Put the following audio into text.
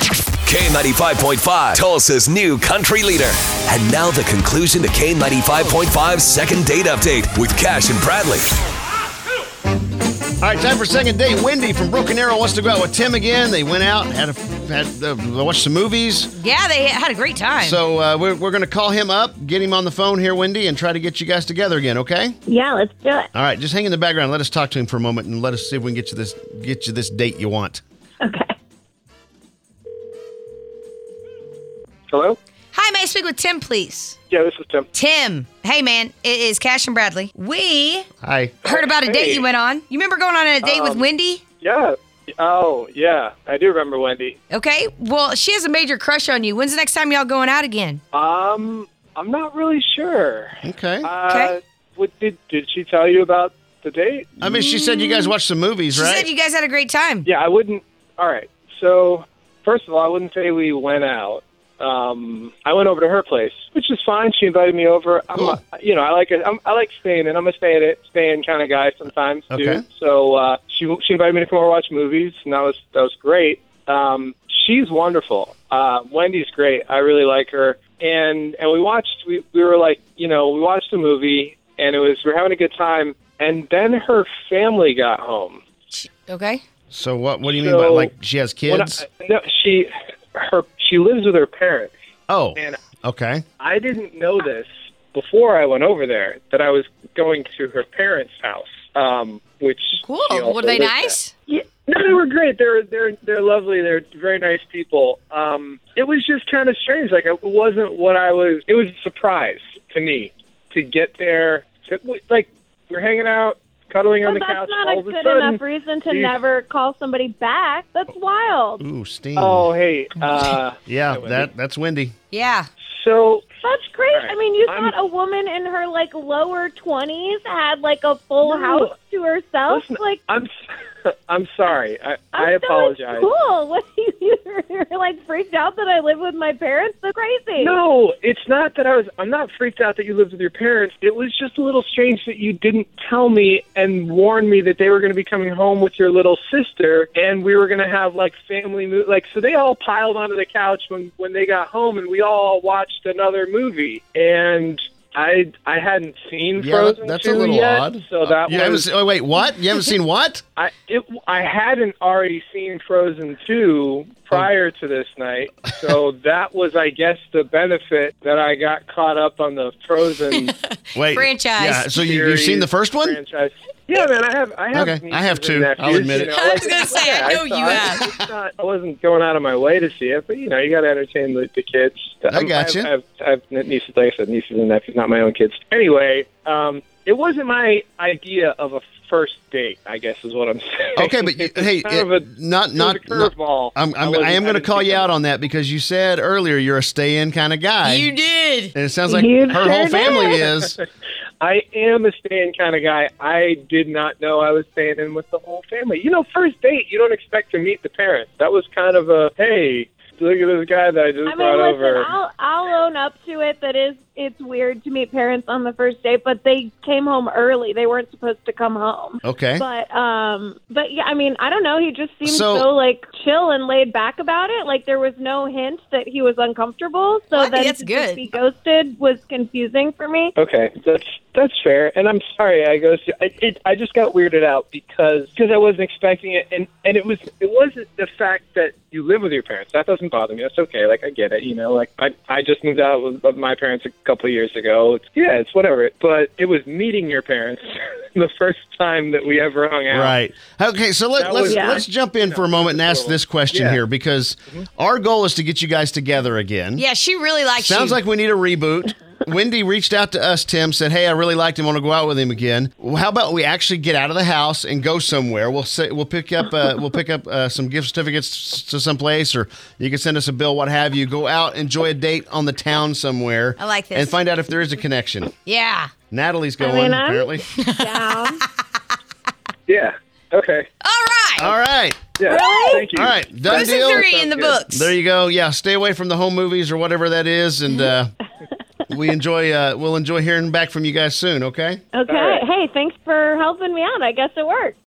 K95.5, Tulsa's new country leader. And now the conclusion to K95.5's second date update with Cash and Bradley. All right, time for second date. Wendy from Broken Arrow wants to go out with Tim again. They went out, had a, had uh, watched some movies. Yeah, they had a great time. So uh, we're, we're going to call him up, get him on the phone here, Wendy, and try to get you guys together again. Okay? Yeah, let's do it. All right, just hang in the background. Let us talk to him for a moment, and let us see if we can get you this get you this date you want. Okay. Hello? Hi, may I speak with Tim, please? Yeah, this is Tim. Tim, hey man, it is Cash and Bradley. We Hi. heard about a date Hey. Um, you went on. You remember going on a date with Wendy? Yeah. Oh, yeah. I do remember Wendy. Okay, well, she has a major crush on you. When's the next time y'all going out again? Um, I'm not really sure. Okay. Uh, Okay. What did did she tell you about the date? I mean, she said you guys watched some movies, She right? said you guys had a great time. Yeah, I wouldn't. All right. So, first of all, I wouldn't say we went out. Um, I went over to her place, which is fine. She invited me over. I'm, Cool. a, you know, I like it. I'm, I like staying, and I'm a stay in stay in kind of guy sometimes too. Okay. So uh, she she invited me to come over and watch movies, and that was that was great. Um, she's wonderful. Uh, Wendy's great. I really like her. And and we watched. We we were like, you know, we watched a movie, and it was we were having a good time. And then her family got home. Okay. so what? What do you mean So- by like she has When I- kids? no, she her she lives with her parents, oh. and Okay. I didn't know this before I went over there that I was going to her parents' house. Um, which Cool. she also Were they lives at. nice? Yeah, no, they were great. They're they're they're lovely. They're very nice people. Um, it was just kind of strange. Like it wasn't what I was. It was a surprise to me to get there. It was- Like we're hanging out, cuddling Well, on the that's couch. not all a of a good sudden, enough reason to you- never call somebody back. That's wild. Ooh, steam. Oh hey, uh, yeah. Wendy. That that's Wendy. Yeah. so That's great. All right. I mean, you I'm- thought a woman in her like lower twenties had like a full No. house to herself. Listen, like, I'm s- I'm sorry. I, I'm I still in apologize. School. What do you? You're like freaked out that I live with my parents. That's crazy. No, it's not that I was. I'm not freaked out that you lived with your parents. It was just a little strange that you didn't tell me and warn me that they were going to be coming home with your little sister, and we were going to have like family mo- like. So they all piled onto the couch when when they got home, and we all watched another movie. And I I hadn't seen Yeah, Frozen that's a 2 little yet, odd. So that you haven't was se- oh, wait, what? You haven't seen what? I it, I hadn't already seen Frozen 2 prior to this night, so that was, I guess, the benefit that I got caught up on the Frozen Wait. Franchise. Yeah. So you, you've series seen the first one? franchise. Yeah, man, I have. I have. Okay, I nieces have and two. nephews, I'll admit you it. know, I was like, gonna say, I yeah, know you saw it. have. It's not- I wasn't going out of my way to see it, but you know, you got to entertain the, the kids. I'm- I gotcha. have, I have, I have nieces, like I said, nieces and nephews, not my own kids. Anyway, um, it wasn't my idea of a first date. I guess is what I'm saying. Okay, but you, It was hey, kind it- of a, not not. it was a not- curveball. I'm, I'm I, wasn't- am going to didn't call think you of out it. on that because you said earlier you're a stay-in kind of guy, You did. and it sounds like You her sure whole did. family is. I am a staying kind of guy. I did not know I was staying in with the whole family. You know, first date, you don't expect to meet the parents. That was kind of a hey, look at this guy that I just I mean, brought listen, over. I'll I'll own up to it. That is, it's weird to meet parents on the first date, but they came home early. They weren't supposed to come home. Eh? Okay. But um, but yeah, I mean, I don't know. He just seemed So- so, like chill and laid back about it. Like there was no hint that he was uncomfortable. So Well, I think that that's to good. just be ghosted was confusing for me. Okay, that's that's fair, and I'm sorry. I go. I, it, I just got weirded out because because I wasn't expecting it, and and it was it wasn't the fact that you live with your parents. That doesn't bother me. That's okay. Like I get it. You know, like I I just moved out with with my parents a couple of years ago. It's, yeah, it's whatever. But it was meeting your parents the first time that we ever hung out. Right. Okay. So let, That let's was- Yeah. let's jump in for a moment and ask this question Yeah. Mm-hmm. here because our goal is to get you guys together again. Yeah, she really likes you. Sounds like we need a reboot. Wendy reached out to us, Tim, said, Hey, I really liked him. want to go out with him again. Well, how about we actually get out of the house and go somewhere? We'll say, we'll pick up uh, we'll pick up uh, some gift certificates to some place, or you can send us a bill, what have you. Go out, enjoy a date on the town somewhere. I like this. And find out if there is a connection. Yeah. Natalie's going, mean, I'm- apparently. down. yeah. Okay. All right. All right. Yeah. Thank you. All right. Done Cruising deal. three in the Sounds books. There you go. Yeah, stay away from the home movies or whatever that is, and uh, we enjoy. Uh, we'll enjoy hearing back from you guys soon. Okay. Okay. All right. Hey, thanks for helping me out. I guess it worked.